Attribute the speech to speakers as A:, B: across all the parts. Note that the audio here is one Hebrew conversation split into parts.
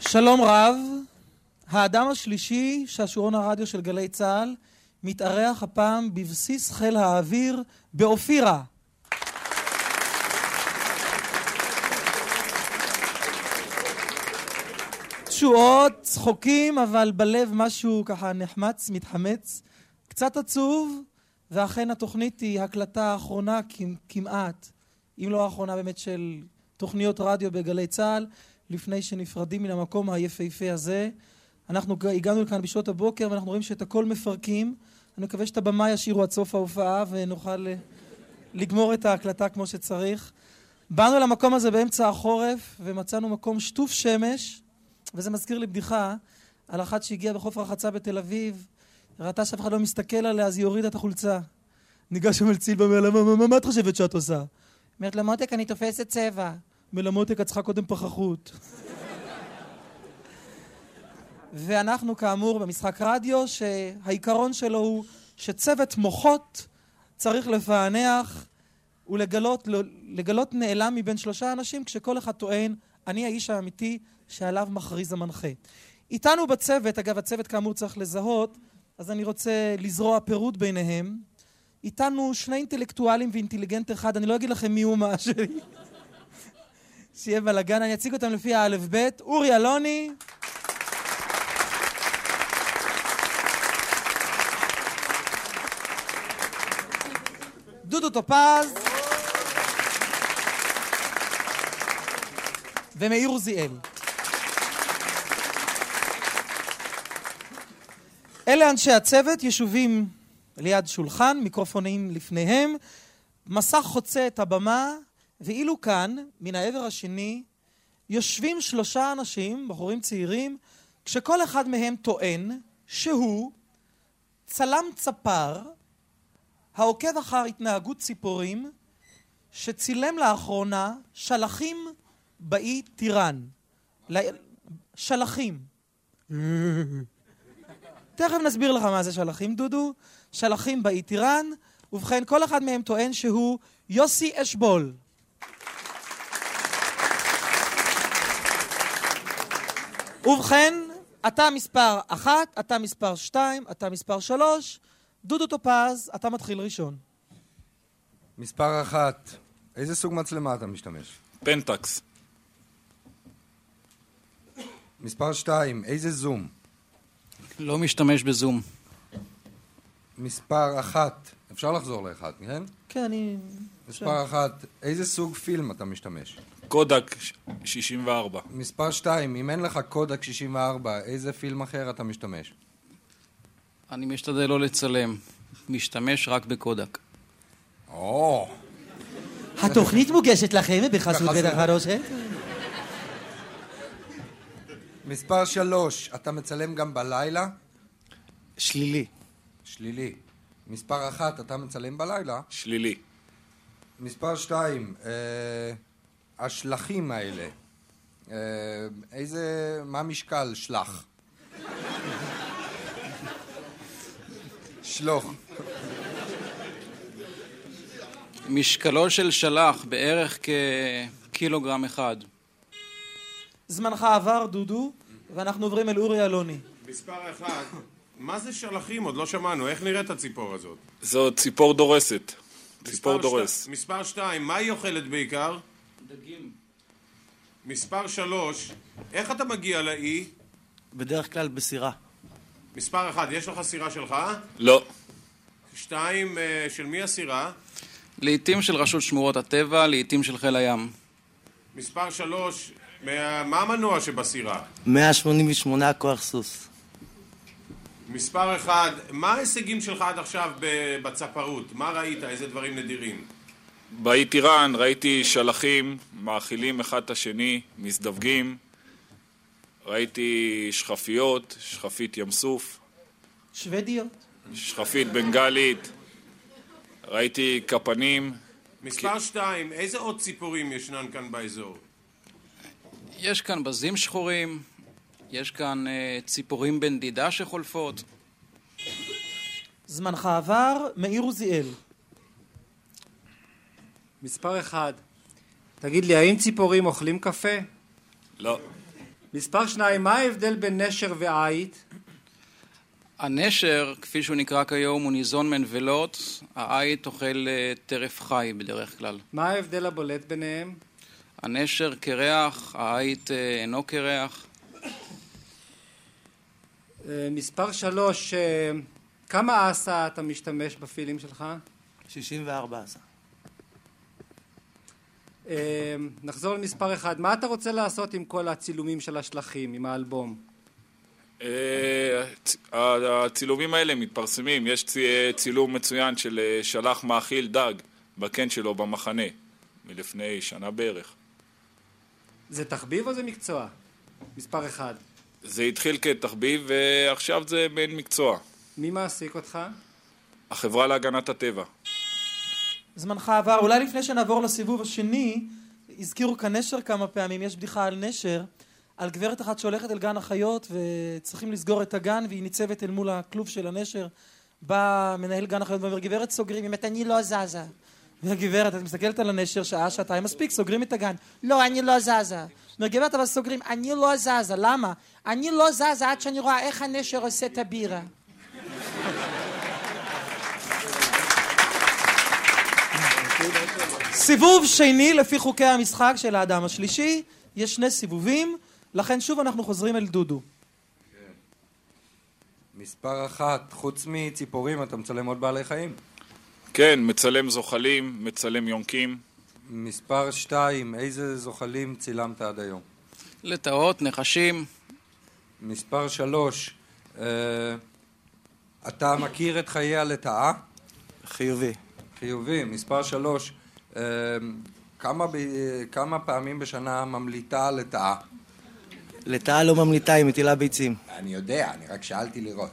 A: שלום רב, האדם השלישי, שעשועון הרדיו של גלי צה"ל, מתארח הפעם בבסיס חיל האוויר באופירה. תשואות, צחוקים, אבל בלב משהו ככה נחמץ, מתחמץ, קצת עצוב, ואכן התוכנית היא הקלטה האחרונה כמ- כמעט, אם לא האחרונה באמת של תוכניות רדיו בגלי צה"ל, לפני שנפרדים מן המקום היפהפה הזה. אנחנו ג- הגענו לכאן בשעות הבוקר ואנחנו רואים שאת הכל מפרקים. אני מקווה שאת הבמה ישאירו עד סוף ההופעה ונוכל אה, לגמור את ההקלטה כמו שצריך. באנו למקום הזה באמצע החורף ומצאנו מקום שטוף שמש, וזה מזכיר לי בדיחה על אחת שהגיעה בחוף רחצה בתל אביב, ראתה שאף אחד לא מסתכל עליה, אז היא הורידה את החולצה. ניגש המלציל ואומר לה, "מה- מה- מה- מה את חושבת שאת עושה? אומרת לה, מותק, אני תופסת צבע. אומר לה, מותק, את צריכה קודם פחחות. ואנחנו כאמור במשחק רדיו, שהעיקרון שלו הוא שצוות מוחות צריך לפענח ולגלות לא- לגלות נעלם מבין שלושה אנשים, כשכל אחד טוען, אני האיש האמיתי שעליו מכריז המנחה. איתנו בצוות, אגב, הצוות כאמור צריך לזהות, אז אני רוצה לזרוע פירוט ביניהם. איתנו שני אינטלקטואלים ואינטליגנט אחד, אני לא אגיד לכם מי הוא מה שלי. שיהיה בלאגן, אני אציג אותם לפי האלף-בית. אורי אלוני. דודו טופז. ומאיר עוזיאל. אלה אנשי הצוות, יישובים ליד שולחן, מיקרופונים לפניהם, מסך חוצה את הבמה, ואילו כאן, מן העבר השני, יושבים שלושה אנשים, בחורים צעירים, כשכל אחד מהם טוען שהוא צלם צפר העוקב אחר התנהגות ציפורים שצילם לאחרונה שלחים באי טיראן. ל... שלחים. תכף נסביר לך מה זה שלחים, דודו. שלחים באי טיראן, ובכן, כל אחד מהם טוען שהוא יוסי אשבול. ובכן, אתה מספר אחת, אתה מספר שתיים, אתה מספר שלוש. דודו טופז, אתה מתחיל ראשון.
B: מספר אחת, איזה סוג מצלמה אתה משתמש?
C: פנטקס,
B: מספר שתיים, איזה זום?
D: לא משתמש בזום.
B: מספר אחת, אפשר לחזור לאחד, כן?
A: כן, אני...
B: מספר אחת, איזה סוג פילם אתה משתמש?
C: קודק ש- 64,
B: מספר שתיים, אם אין לך קודק 64, איזה פילם אחר אתה משתמש?
D: אני משתדל לא לצלם. משתמש רק בקודק.
B: או,
A: התוכנית מוגשת לכם בחסות
B: בחסות.
A: בית החרושת?
B: מספר שלוש, אתה מצלם גם בלילה?
E: שלילי.
B: שלילי. מספר אחת, אתה מצלם בלילה?
C: שלילי,
B: מספר שתיים, אה, השלכים האלה, אה, איזה, מה משקל שלח? שלוח.
D: משקלו של שלח בערך כקילוגרם אחד.
A: זמנך עבר, דודו, ואנחנו עוברים אל אורי אלוני.
F: מספר אחד, מה זה שלחים? עוד לא שמענו, איך נראית הציפור הזאת?
C: זו ציפור דורסת, ציפור
F: מספר
C: דורס,
F: שת- מספר שתיים, מה היא אוכלת בעיקר?
D: דגים.
F: מספר שלוש, איך אתה מגיע לאי?
E: בדרך כלל בסירה.
F: מספר אחד, יש לך סירה שלך?
C: לא,
F: שתיים, אה, של מי הסירה?
D: לעתים של רשות שמורות הטבע, לעתים של חיל הים.
F: מספר שלוש, מה מה המנוע שבסירה?
E: 188 כוח סוס.
F: מספר אחד, מה ההישגים שלך עד עכשיו ב- בצפרות? מה ראית? איזה דברים נדירים?
C: באי טיראן ראיתי שלחים מאכילים אחד את השני, מזדווגים, ראיתי שכפיות, שכפית ים סוף,
A: שוודיות.
C: שכפית בנגלית, ראיתי כפנים,
F: מספר שתיים, איזה עוד ציפורים ישנן כאן באזור?
D: יש כאן בזים שחורים, יש כאן אה, ציפורים בנדידה שחולפות.
A: זמנך עבר, מאיר עוזיאל.
G: מספר אחד, תגיד לי, האם ציפורים אוכלים קפה?
C: לא,
G: מספר שניים, מה ההבדל בין נשר ועית?
D: הנשר, כפי שהוא נקרא כיום, הוא ניזון מנבלות, העית אוכל אה, טרף חי בדרך כלל.
G: מה ההבדל הבולט ביניהם?
D: הנשר קרח, העית אה, אינו קרח.
G: אה, מספר שלוש, אה, כמה אסה אתה משתמש בפילים שלך?
E: 64 עשה.
G: אה, נחזור למספר אחד, מה אתה רוצה לעשות עם כל הצילומים של השלכים, עם האלבום?
C: אה, הצ- ה- הצילומים האלה מתפרסמים, יש צ- אה, צילום מצוין של אה, שלח מאכיל דג בקן שלו במחנה, מלפני שנה בערך.
G: זה תחביב או זה מקצוע? מספר אחד.
C: זה התחיל כתחביב ועכשיו זה מעין מקצוע,
G: מי מעסיק אותך?
C: החברה להגנת הטבע.
A: זמנך עבר. אולי לפני שנעבור לסיבוב השני, הזכירו כאן נשר כמה פעמים, יש בדיחה על נשר, על גברת אחת שהולכת אל גן החיות וצריכים לסגור את הגן והיא ניצבת אל מול הכלוב של הנשר. בא מנהל גן החיות ואומר, גברת סוגרים, היא אומרת, אני לא זזה. והגברת, את מסתכלת על הנשר שעה, שעתיים, מספיק, סוגרים את הגן. לא, אני לא זזה. אומר, גברת, אבל סוגרים, אני לא זזה, למה? אני לא זזה עד שאני רואה איך הנשר עושה את הבירה. סיבוב שני לפי חוקי המשחק של האדם השלישי, יש שני סיבובים, לכן שוב אנחנו חוזרים אל דודו.
B: מספר אחת, חוץ מציפורים אתה מצלם עוד בעלי חיים.
C: כן, מצלם זוחלים, מצלם יונקים.
B: מספר שתיים, איזה זוחלים צילמת עד היום?
D: לטאות, נחשים,
B: מספר שלוש, אה, אתה מכיר את חיי הלטאה?
E: חיובי.
B: חיובי. מספר שלוש, אה, כמה, ב, כמה פעמים בשנה ממליטה הלטאה?
E: לטאה לא ממליטה, היא מטילה ביצים.
B: אני יודע, אני רק שאלתי לראות.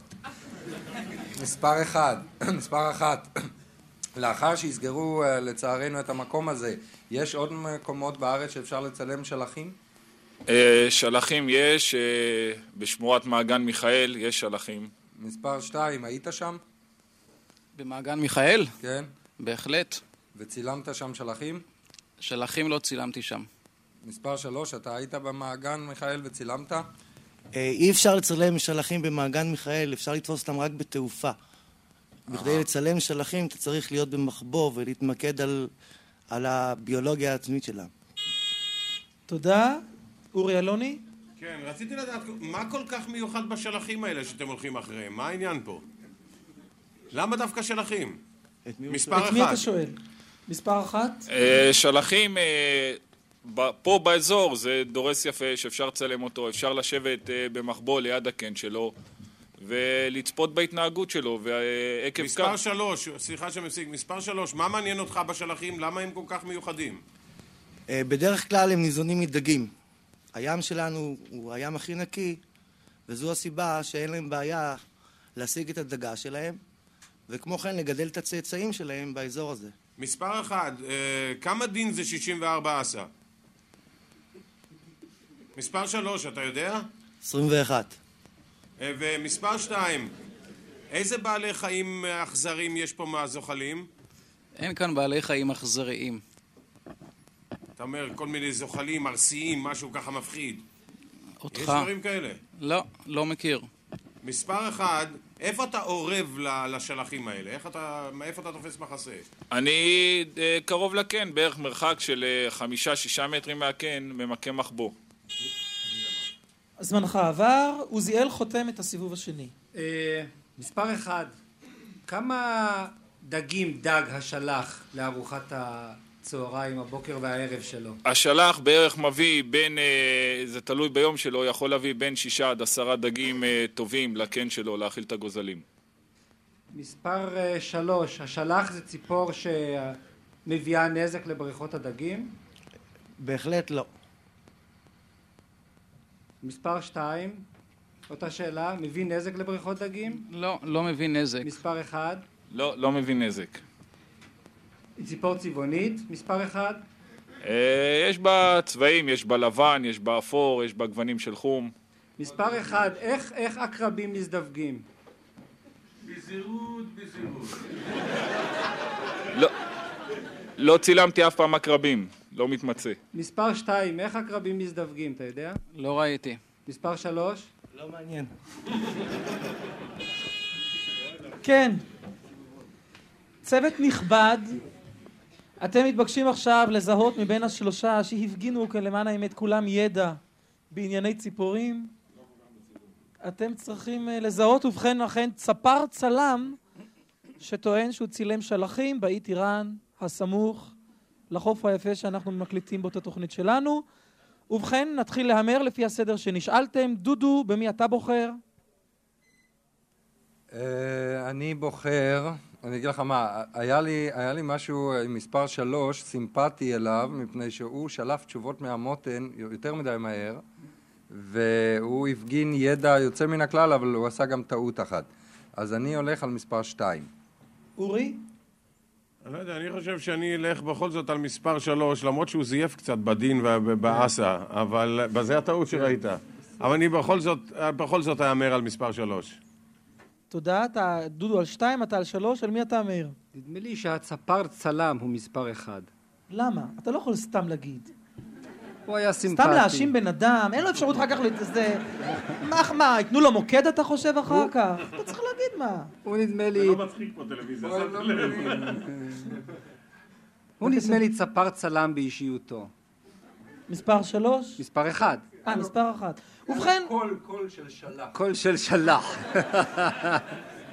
B: מספר אחד, מספר אחת. לאחר שיסגרו אה, לצערנו את המקום הזה, יש עוד מקומות בארץ שאפשר לצלם שלחים?
C: אה, שלחים יש, אה, בשמורת מעגן מיכאל יש שלחים.
B: מספר שתיים, היית שם?
D: במעגן מיכאל,
B: כן.
D: בהחלט.
B: וצילמת שם שלחים?
D: שלחים לא צילמתי שם.
B: מספר שלוש, אתה היית במעגן, מיכאל, וצילמת?
E: אה, אי אפשר לצלם שלחים במעגן מיכאל, אפשר לתפוס אותם רק בתעופה. בכדי לצלם שלחים אתה צריך להיות במחבוא ולהתמקד על, על הביולוגיה העצמית שלהם.
A: תודה. אורי אלוני?
F: כן, רציתי לדעת, מה כל כך מיוחד בשלחים האלה שאתם הולכים אחריהם? מה העניין פה? למה דווקא שלחים?
E: את מי הוא
F: מספר
A: את מי
F: אחד.
A: אתה שואל? מספר אחת?
C: אה, שלחים אה, ב- פה באזור, זה דורס יפה שאפשר לצלם אותו, אפשר לשבת אה, במחבוא ליד הקן שלו ולצפות בהתנהגות שלו, ועקב
F: מספר
C: כך...
F: שלוש, סליחה שמפסיק, מספר שלוש, מה מעניין אותך בשלחים? למה הם כל כך מיוחדים?
E: אה, בדרך כלל הם ניזונים מדגים. הים שלנו הוא הים הכי נקי, וזו הסיבה שאין להם בעיה להשיג את הדגה שלהם, וכמו כן לגדל את הצאצאים שלהם באזור הזה.
F: מספר אחד, אה, כמה דין זה 64 אסה? מספר שלוש, אתה יודע?
E: 21.
F: אה, ומספר שתיים, איזה בעלי חיים אה, אכזרים יש פה מהזוחלים?
D: אין כאן בעלי חיים אכזריים.
F: אתה אומר כל מיני זוחלים, ארסיים, משהו ככה מפחיד.
D: אותך?
F: יש דברים כאלה.
D: לא, לא מכיר.
F: מספר אחד, איפה אתה אורב ל- לשלחים האלה? איך אתה, מאיפה אתה תופס מחסה?
C: אני אה, קרוב לקן, בערך מרחק של אה, חמישה-שישה מטרים מהקן, ממכה מחבוא.
A: זמנך עבר, עוזיאל חותם את הסיבוב השני.
G: אה, מספר אחד, כמה דגים דג השלח לארוחת הצהריים, הבוקר והערב שלו?
C: השלח בערך מביא בין, אה, זה תלוי ביום שלו, יכול להביא בין שישה עד עשרה דגים אה, טובים לקן שלו להאכיל את הגוזלים.
G: מספר אה, שלוש, השלח זה ציפור שמביאה נזק לבריכות הדגים?
E: בהחלט לא.
G: מספר שתיים, אותה שאלה, מביא נזק לבריכות דגים?
D: לא, לא מבין נזק.
G: מספר אחד,
C: לא, לא מבין נזק.
G: היא ציפור צבעונית? מספר אחד,
C: אה, יש בה צבעים, יש בה לבן, יש בה אפור, יש בה גוונים של חום.
G: מספר אחד, איך, איך עקרבים מזדווגים?
C: לא, לא צילמתי אף פעם עקרבים, לא מתמצא.
G: מספר שתיים, איך עקרבים מזדווגים, אתה יודע?
D: לא ראיתי.
G: מספר שלוש?
E: לא מעניין.
A: כן. צוות נכבד, אתם מתבקשים עכשיו לזהות מבין השלושה שהפגינו למען האמת כולם ידע בענייני ציפורים. אתם צריכים אה, לזהות, ובכן אכן צפר צלם שטוען שהוא צילם שלחים באי טיראן הסמוך לחוף היפה שאנחנו מקליטים בו את התוכנית שלנו. ובכן, נתחיל להמר לפי הסדר שנשאלתם. דודו, במי אתה בוחר?
B: אה, אני בוחר, אני אגיד לך מה, היה לי, היה לי משהו עם מספר שלוש, סימפטי אליו, מפני שהוא שלף תשובות מהמותן יותר מדי מהר, והוא הפגין ידע יוצא מן הכלל, אבל הוא עשה גם טעות אחת. אז אני הולך על מספר שתיים.
A: אורי?
F: אני לא יודע, אני חושב שאני אלך בכל זאת על מספר שלוש, למרות שהוא זייף קצת בדין ובאסה, אבל בזה הטעות שראית. אבל אני בכל זאת, בכל זאת אהמר על מספר שלוש.
A: תודה, אתה דודו על שתיים, אתה על שלוש, על מי אתה מאיר?
G: נדמה לי שהצפר צלם הוא מספר אחד.
A: למה? אתה לא יכול סתם להגיד.
G: הוא היה סימפטי.
A: סתם להאשים בן אדם, אין לו אפשרות אחר כך לזה... מה, מה, ייתנו לו מוקד אתה חושב אחר כך? אתה צריך להגיד מה.
G: הוא נדמה לי...
F: לא מצחיק פה טלוויזיה.
G: הוא נדמה לי צפר צלם באישיותו.
A: מספר שלוש?
G: מספר אחד.
A: אה, מספר אחת. ובכן,
B: קול, קול של שלח.
G: קול של שלח.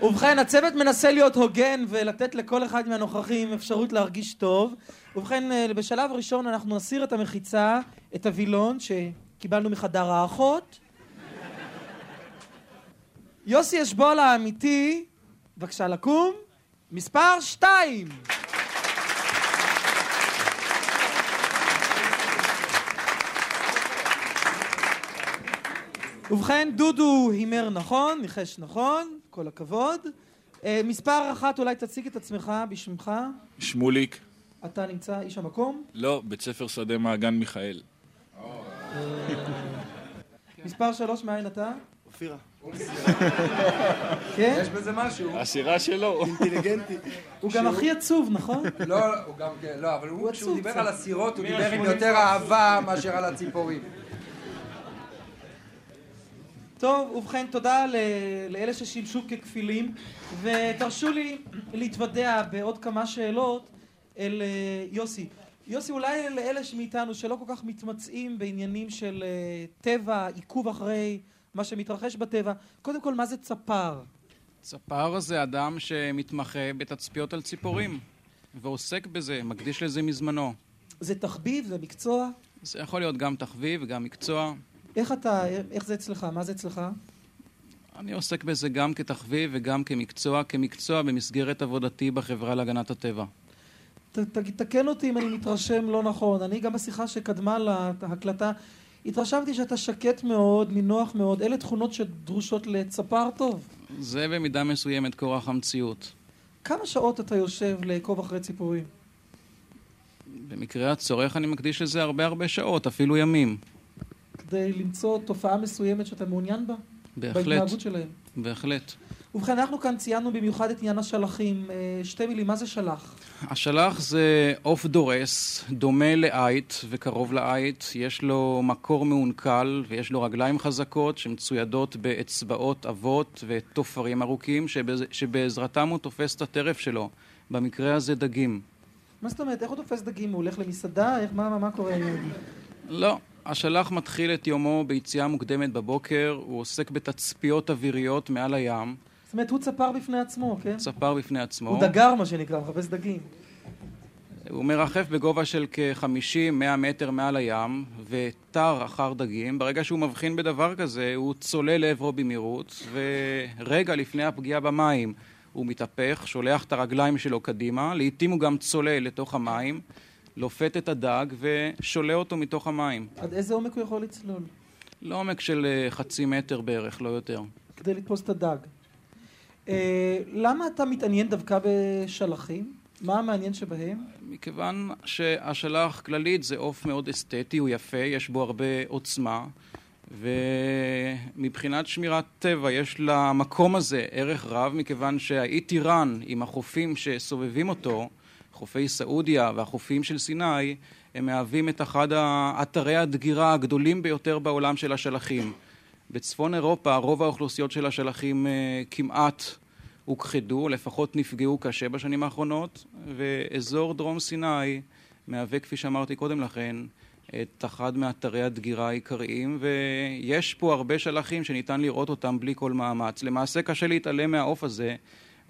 A: ובכן, הצוות מנסה להיות הוגן ולתת לכל אחד מהנוכחים אפשרות להרגיש טוב. ובכן, אה, בשלב ראשון אנחנו נסיר את המחיצה, את הווילון שקיבלנו מחדר האחות. יוסי אשבול האמיתי, בבקשה לקום, מספר שתיים. ובכן, דודו הימר נכון, ניחש נכון, כל הכבוד. אה, מספר אחת, אולי תציג את עצמך בשמך.
C: שמוליק,
A: אתה נמצא איש המקום.
C: לא, בית ספר שדה מעגן מיכאל.
A: מספר שלוש, מאין אתה?
E: אופירה,
A: כן?
B: יש בזה משהו.
C: הסירה שלו.
E: אינטליגנטי.
A: הוא גם הכי עצוב, נכון?
B: לא, הוא גם כן, לא, אבל הוא, כשהוא
A: עצוב
B: דיבר
A: קצת.
B: על הסירות, הוא דיבר עם יותר אהבה מאשר על הציפורים.
A: טוב, ובכן, תודה ל- לאלה ששימשו ככפילים, ותרשו לי להתוודע בעוד כמה שאלות אל אה, יוסי. יוסי, אולי לאלה מאיתנו שלא כל כך מתמצאים בעניינים של אה, טבע, עיכוב אחרי מה שמתרחש בטבע, קודם כל, מה זה צפר?
D: צפר זה אדם שמתמחה בתצפיות על ציפורים, ועוסק בזה, מקדיש לזה מזמנו.
A: זה תחביב? זה מקצוע?
D: זה יכול להיות גם תחביב, גם מקצוע.
A: איך אתה, איך זה אצלך? מה זה אצלך?
D: אני עוסק בזה גם כתחביב וגם כמקצוע, כמקצוע במסגרת עבודתי בחברה להגנת הטבע.
A: ת, ת, תקן אותי אם אני מתרשם לא נכון. אני גם בשיחה שקדמה להקלטה, התרשמתי שאתה שקט מאוד, נינוח מאוד. אלה תכונות שדרושות לצפר טוב.
D: זה במידה מסוימת כורח המציאות.
A: כמה שעות אתה יושב לעקוב אחרי ציפורים?
D: במקרה הצורך אני מקדיש לזה הרבה הרבה שעות, אפילו ימים.
A: כדי למצוא תופעה מסוימת שאתה מעוניין בה?
D: בהחלט,
A: בהתנהגות שלהם.
D: בהחלט.
A: ובכן, אנחנו כאן ציינו במיוחד את עניין השלחים. אה, שתי מילים, מה זה שלח?
D: השלח זה עוף דורס, דומה לעית וקרוב לעית, יש לו מקור מעונקל ויש לו רגליים חזקות שמצוידות באצבעות עבות ותופרים ארוכים שבאז- שבעזרתם הוא תופס את הטרף שלו, במקרה הזה דגים.
A: מה זאת אומרת? איך הוא תופס דגים? הוא הולך למסעדה? איך, מה, מה, מה קורה?
D: לא, השלח מתחיל את יומו ביציאה מוקדמת בבוקר, הוא עוסק בתצפיות אוויריות מעל הים,
A: זאת אומרת, הוא צפר בפני עצמו, כן?
D: צפר בפני עצמו.
A: הוא דגר, מה שנקרא, מחפש דגים.
D: הוא מרחף בגובה של כ-50-100 מטר מעל הים, ותר אחר דגים. ברגע שהוא מבחין בדבר כזה, הוא צולל לעברו במהירות, ורגע לפני הפגיעה במים הוא מתהפך, שולח את הרגליים שלו קדימה, לעתים הוא גם צולל לתוך המים, לופת את הדג ושולה אותו מתוך המים.
A: עד איזה עומק הוא יכול לצלול?
D: לעומק של אה, חצי מטר בערך, לא יותר.
A: כדי לתפוס את הדג. אה, למה אתה מתעניין דווקא בשלחים? מה המעניין שבהם?
D: מכיוון שהשלח כללית זה עוף מאוד אסתטי, הוא יפה, יש בו הרבה עוצמה, ומבחינת שמירת טבע יש למקום הזה ערך רב, מכיוון שהאי טיראן עם החופים שסובבים אותו, חופי סעודיה והחופים של סיני, הם מהווים את אחד האתרי הדגירה הגדולים ביותר בעולם של השלחים. בצפון אירופה רוב האוכלוסיות של השלחים אה, כמעט הוכחדו, לפחות נפגעו קשה בשנים האחרונות, ואזור דרום סיני מהווה, כפי שאמרתי קודם לכן, את אחד מאתרי הדגירה העיקריים, ויש פה הרבה שלחים שניתן לראות אותם בלי כל מאמץ. למעשה קשה להתעלם מהעוף הזה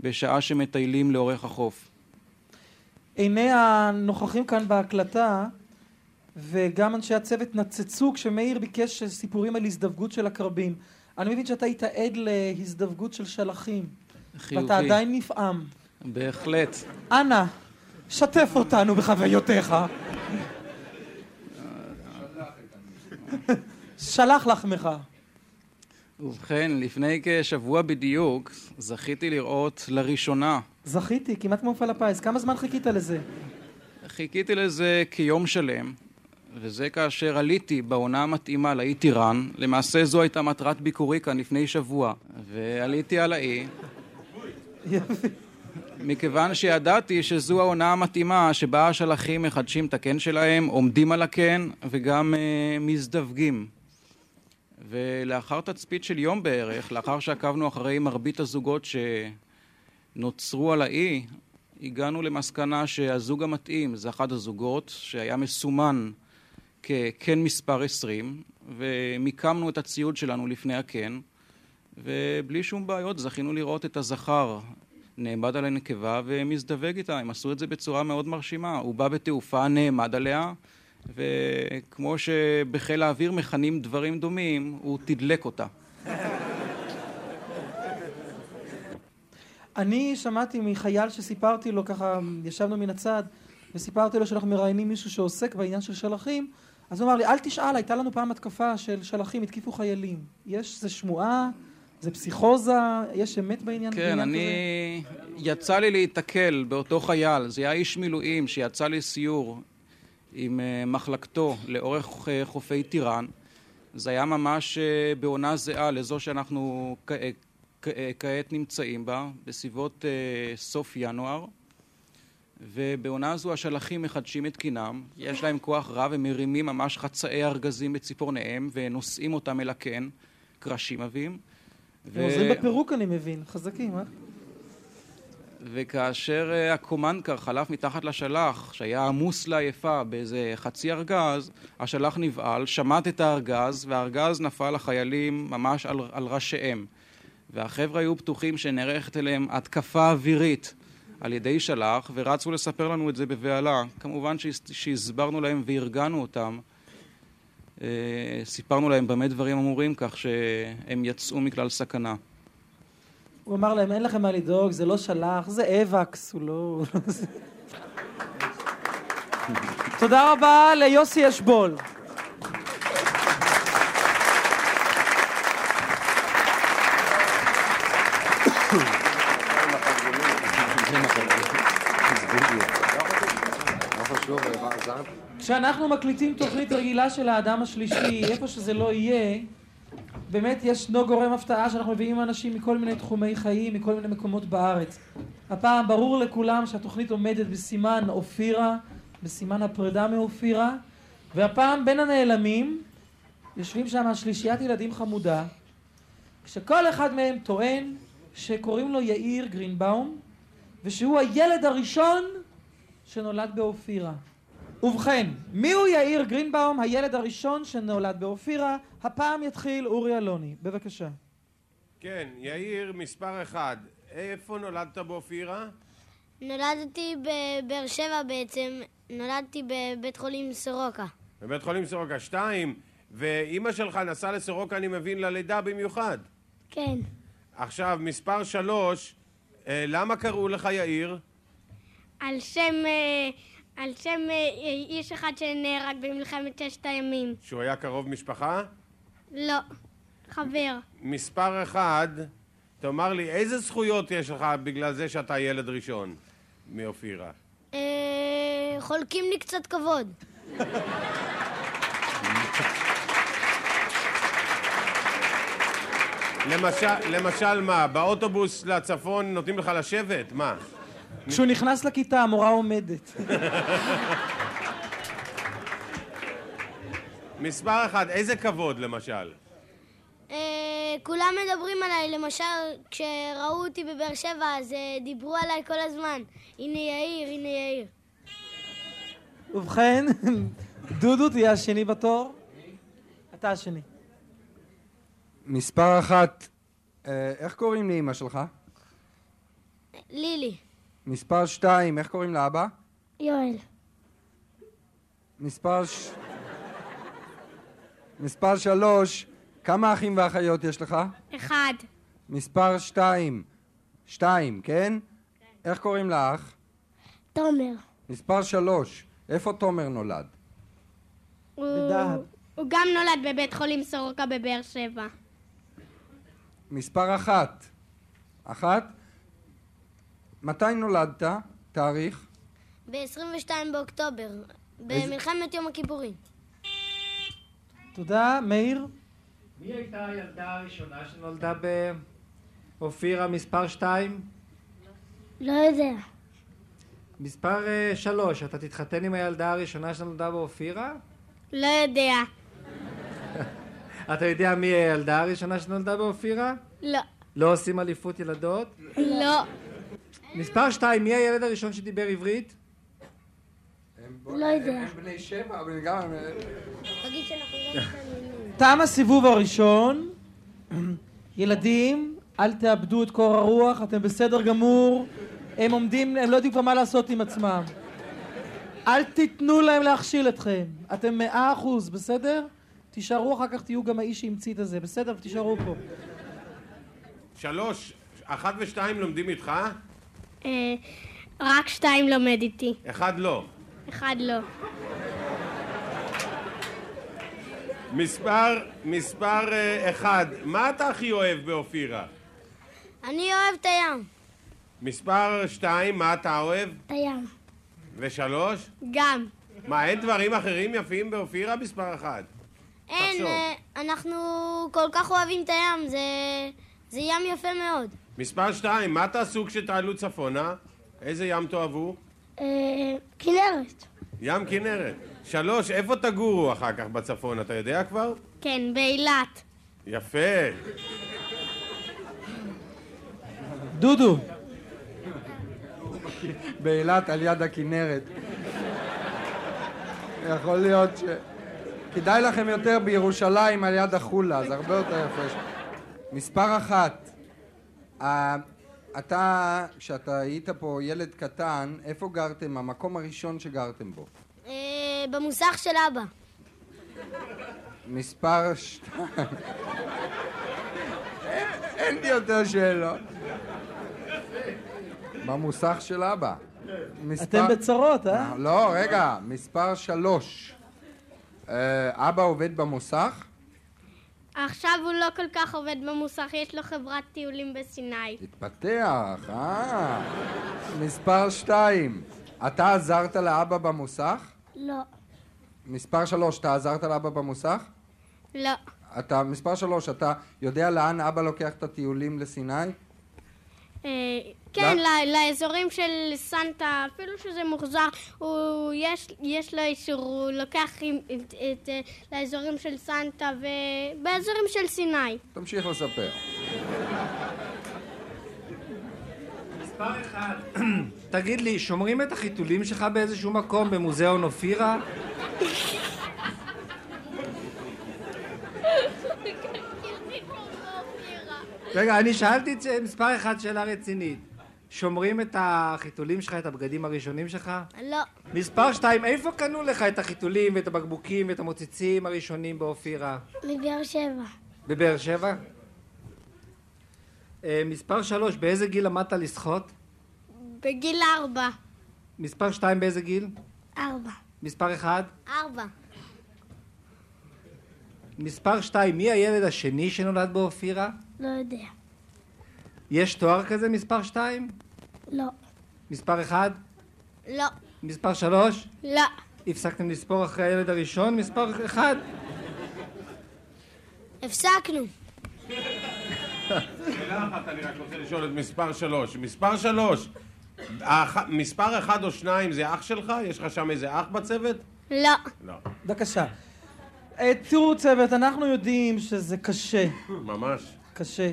D: בשעה שמטיילים לאורך החוף.
A: עיני הנוכחים כאן בהקלטה וגם אנשי הצוות נצצו כשמאיר ביקש סיפורים על הזדווגות של הקרבים. אני מבין שאתה היית עד להזדווגות של שלחים.
D: חיובי.
A: ואתה עדיין נפעם.
D: בהחלט.
A: אנא, שתף אותנו בחוויותיך. שלח לחמך.
D: ובכן, לפני כשבוע בדיוק זכיתי לראות לראשונה
A: זכיתי, כמעט כמו מפעל הפיס. כמה זמן חיכית לזה?
D: חיכיתי לזה כיום שלם, וזה כאשר עליתי בעונה המתאימה לאי טיראן. למעשה זו הייתה מטרת ביקורי כאן לפני שבוע, ועליתי על האי. מכיוון שידעתי שזו העונה המתאימה שבה השלחים מחדשים את הקן שלהם, עומדים על הקן וגם אה, מזדווגים. ולאחר תצפית של יום בערך, לאחר שעקבנו אחרי מרבית הזוגות שנוצרו על האי, הגענו למסקנה שהזוג המתאים זה אחד הזוגות שהיה מסומן כקן מספר 20, ומיקמנו את הציוד שלנו לפני הקן, ובלי שום בעיות זכינו לראות את הזכר נעמד על הנקבה ומזדווג איתה. הם עשו את זה בצורה מאוד מרשימה. הוא בא בתעופה, נעמד עליה, וכמו שבחיל האוויר מכנים דברים דומים, הוא תדלק אותה.
A: אני שמעתי מחייל שסיפרתי לו, ככה ישבנו מן הצד, וסיפרתי לו שאנחנו מראיינים מישהו שעוסק בעניין של שלחים, אז הוא אמר לי, אל תשאל, הייתה לנו פעם התקפה של שלחים, התקיפו חיילים. יש, זה שמועה, זה פסיכוזה, יש אמת בעניין
D: כן,
A: בעניין
D: אני...
A: כזה?
D: יצא לי להיתקל באותו חייל. זה היה איש מילואים שיצא לסיור עם אה, מחלקתו לאורך אה, חופי טיראן. זה היה ממש אה, בעונה זהה לזו שאנחנו כ- אה, כ- אה, כעת נמצאים בה, בסביבות אה, סוף ינואר. ובעונה זו השלחים מחדשים את קינם, יש להם כוח רב, הם מרימים ממש חצאי ארגזים בציפורניהם ונושאים אותם אל הקן, קרשים עבים.
A: הם עוזרים בפירוק, אני מבין, חזקים, אה?
D: וכאשר אה, הקומנקר חלף מתחת לשלח, שהיה עמוס לעייפה באיזה חצי ארגז, השלח נבהל, שמט את הארגז, והארגז נפל לחיילים ממש על, על ראשיהם. והחבר'ה היו בטוחים שנערכת אליהם התקפה אווירית על ידי שלח, ורצו לספר לנו את זה בבהלה. כמובן שהס- שהסברנו להם וארגנו אותם. אה, סיפרנו להם במה דברים אמורים, כך שהם יצאו מכלל סכנה.
A: הוא אמר להם, אין לכם מה לדאוג, זה לא שלח, זה אבקס, הוא לא... תודה רבה ליוסי אשבול.
B: לא חשוב, עזרת.
A: כשאנחנו מקליטים תוכנית רגילה של האדם השלישי, איפה שזה לא יהיה, באמת ישנו גורם הפתעה שאנחנו מביאים אנשים מכל מיני תחומי חיים, מכל מיני מקומות בארץ. הפעם ברור לכולם שהתוכנית עומדת בסימן אופירה, בסימן הפרידה מאופירה, והפעם בין הנעלמים יושבים שם שלישיית ילדים חמודה, כשכל אחד מהם טוען שקוראים לו יאיר גרינבאום, ושהוא הילד הראשון שנולד באופירה. ובכן, מיהו יאיר גרינבאום, הילד הראשון שנולד באופירה? הפעם יתחיל אורי אלוני. בבקשה.
F: כן, יאיר, מספר אחד. איפה נולדת באופירה?
H: נולדתי בבאר שבע בעצם, נולדתי בבית חולים סורוקה.
F: בבית חולים סורוקה 2, ואימא שלך נסעה לסורוקה, אני מבין, ללידה במיוחד.
H: כן.
F: עכשיו, מספר שלוש, אה, למה קראו לך יאיר?
H: על שם, אה, על שם אה, איש אחד שנהרג במלחמת ששת הימים.
F: שהוא היה קרוב משפחה?
H: לא. חבר.
F: מספר אחד, תאמר לי, איזה זכויות יש לך בגלל זה שאתה ילד ראשון מאופירה?
H: אה, חולקים לי קצת כבוד.
F: למשל, למשל מה, באוטובוס לצפון נותנים לך לשבת? מה?
A: כשהוא נכנס לכיתה, המורה עומדת.
F: מספר אחד, איזה כבוד למשל?
H: אה, כולם מדברים עליי, למשל כשראו אותי בבאר שבע אז אה, דיברו עליי כל הזמן הנה יאיר, הנה יאיר
A: ובכן, דודו תהיה השני בתור. אתה השני.
B: מספר אחת, אה, איך קוראים לאימא שלך?
H: לילי
B: מספר שתיים, איך קוראים לאבא?
H: יואל
B: מספר ש... מספר שלוש, כמה אחים ואחיות יש לך?
H: אחד
B: מספר שתיים, שתיים, כן? איך קוראים לאח?
H: תומר
B: מספר שלוש, איפה תומר נולד?
H: הוא
A: בדהב.
H: הוא גם נולד בבית חולים סורוקה בבאר שבע
B: מספר אחת, אחת? מתי נולדת? תאריך?
H: ב-22 באוקטובר במלחמת יום הכיפורים
A: תודה, מאיר.
G: מי הייתה הילדה הראשונה שנולדה באופירה מספר 2?
H: לא יודע
G: מספר 3, אתה תתחתן עם הילדה הראשונה שנולדה באופירה?
H: לא יודע
G: אתה יודע מי הילדה הראשונה שנולדה באופירה?
H: לא
G: לא עושים אליפות ילדות?
H: לא
G: מספר 2, מי הילד הראשון שדיבר עברית?
H: לא יודע.
B: הם בני שבע, אבל גם...
H: תגיד שאנחנו לא מתעניינים
A: תם הסיבוב הראשון. ילדים, אל תאבדו את קור הרוח, אתם בסדר גמור. הם עומדים, הם לא יודעים כבר מה לעשות עם עצמם. אל תיתנו להם להכשיל אתכם. אתם מאה אחוז, בסדר? תישארו אחר כך, תהיו גם האיש שהמציא את הזה, בסדר? תישארו פה.
F: שלוש, אחת ושתיים לומדים איתך,
H: אה, רק שתיים לומד איתי
F: אחד לא.
H: אחד לא
F: מספר, מספר אה, אחד, מה אתה הכי אוהב באופירה?
H: אני אוהב את הים
F: מספר שתיים, מה אתה אוהב?
H: את הים
F: ושלוש?
H: גם
F: מה, אין דברים אחרים יפים באופירה מספר אחד?
H: אין,
F: תחשוב.
H: אה, אנחנו כל כך אוהבים את הים, זה, זה ים יפה מאוד.
F: מספר שתיים, מה תעשו כשתעלו צפונה? איזה ים תאהבו?
H: אה, כנרת.
F: ים כנרת. שלוש, איפה תגורו אחר כך בצפון, אתה יודע כבר?
H: כן, באילת.
F: יפה.
A: דודו,
B: באילת על יד הכנרת. יכול להיות ש... כדאי לכם יותר בירושלים על יד החולה, זה הרבה יותר יפה. מספר אחת, אה, אתה, כשאתה היית פה ילד קטן, איפה גרתם? המקום הראשון שגרתם בו.
H: אה, במוסך של אבא.
B: מספר שתיים. אין- אין לי יותר שאלות. במוסך של אבא. מספר-
A: אתם בצרות, אה?
B: לא, רגע, מספר שלוש. אה, אבא עובד במוסך?
H: עכשיו הוא לא כל כך עובד במוסך, יש לו חברת טיולים בסיני.
B: התפתח, אה. מספר שתיים. אתה עזרת לאבא במוסך?
H: לא.
B: מספר שלוש, אתה עזרת לאבא במוסך?
H: לא.
B: אתה, מספר שלוש, אתה יודע לאן אבא לוקח את הטיולים לסיני?
H: אה, כן, ל- לאזורים של סנטה, אפילו שזה מוחזר, הוא, יש, יש לו אישור, הוא לוקח עם, את, את, אה, לאזורים של סנטה ובאזורים של סיני.
B: תמשיך לספר.
G: מספר 1. תגיד לי, שומרים את החיתולים שלך באיזשהו מקום במוזיאון אופירה? רגע, אני שאלתי את ש- מספר 1 שאלה רצינית. שומרים את החיתולים שלך, את הבגדים הראשונים שלך?
H: לא.
G: מספר 2, איפה קנו לך את החיתולים ואת הבקבוקים ואת המוציצים הראשונים באופירה?
H: מבאר שבע.
G: בבאר שבע? אה, מספר 3, באיזה גיל למדת לשחות?
H: בגיל ארבע.
G: מספר 2, באיזה גיל?
H: ארבע.
G: מספר 1?
H: ארבע.
G: מספר 2, מי הילד השני שנולד באופירה?
H: לא יודע.
G: יש תואר כזה מספר 2?
H: לא.
G: מספר 1?
H: לא.
G: מספר 3?
H: לא.
G: הפסקתם לספור אחרי הילד הראשון? מספר 1?
H: הפסקנו.
F: שאלה אחת אני רק רוצה לשאול את מספר שלוש. מספר שלוש, האח- מספר אחד או שניים זה אח שלך? יש לך שם איזה אח בצוות?
H: לא.
F: לא.
A: בבקשה. אה, אה, תראו צוות, אנחנו יודעים שזה קשה,
F: ממש.
A: קשה.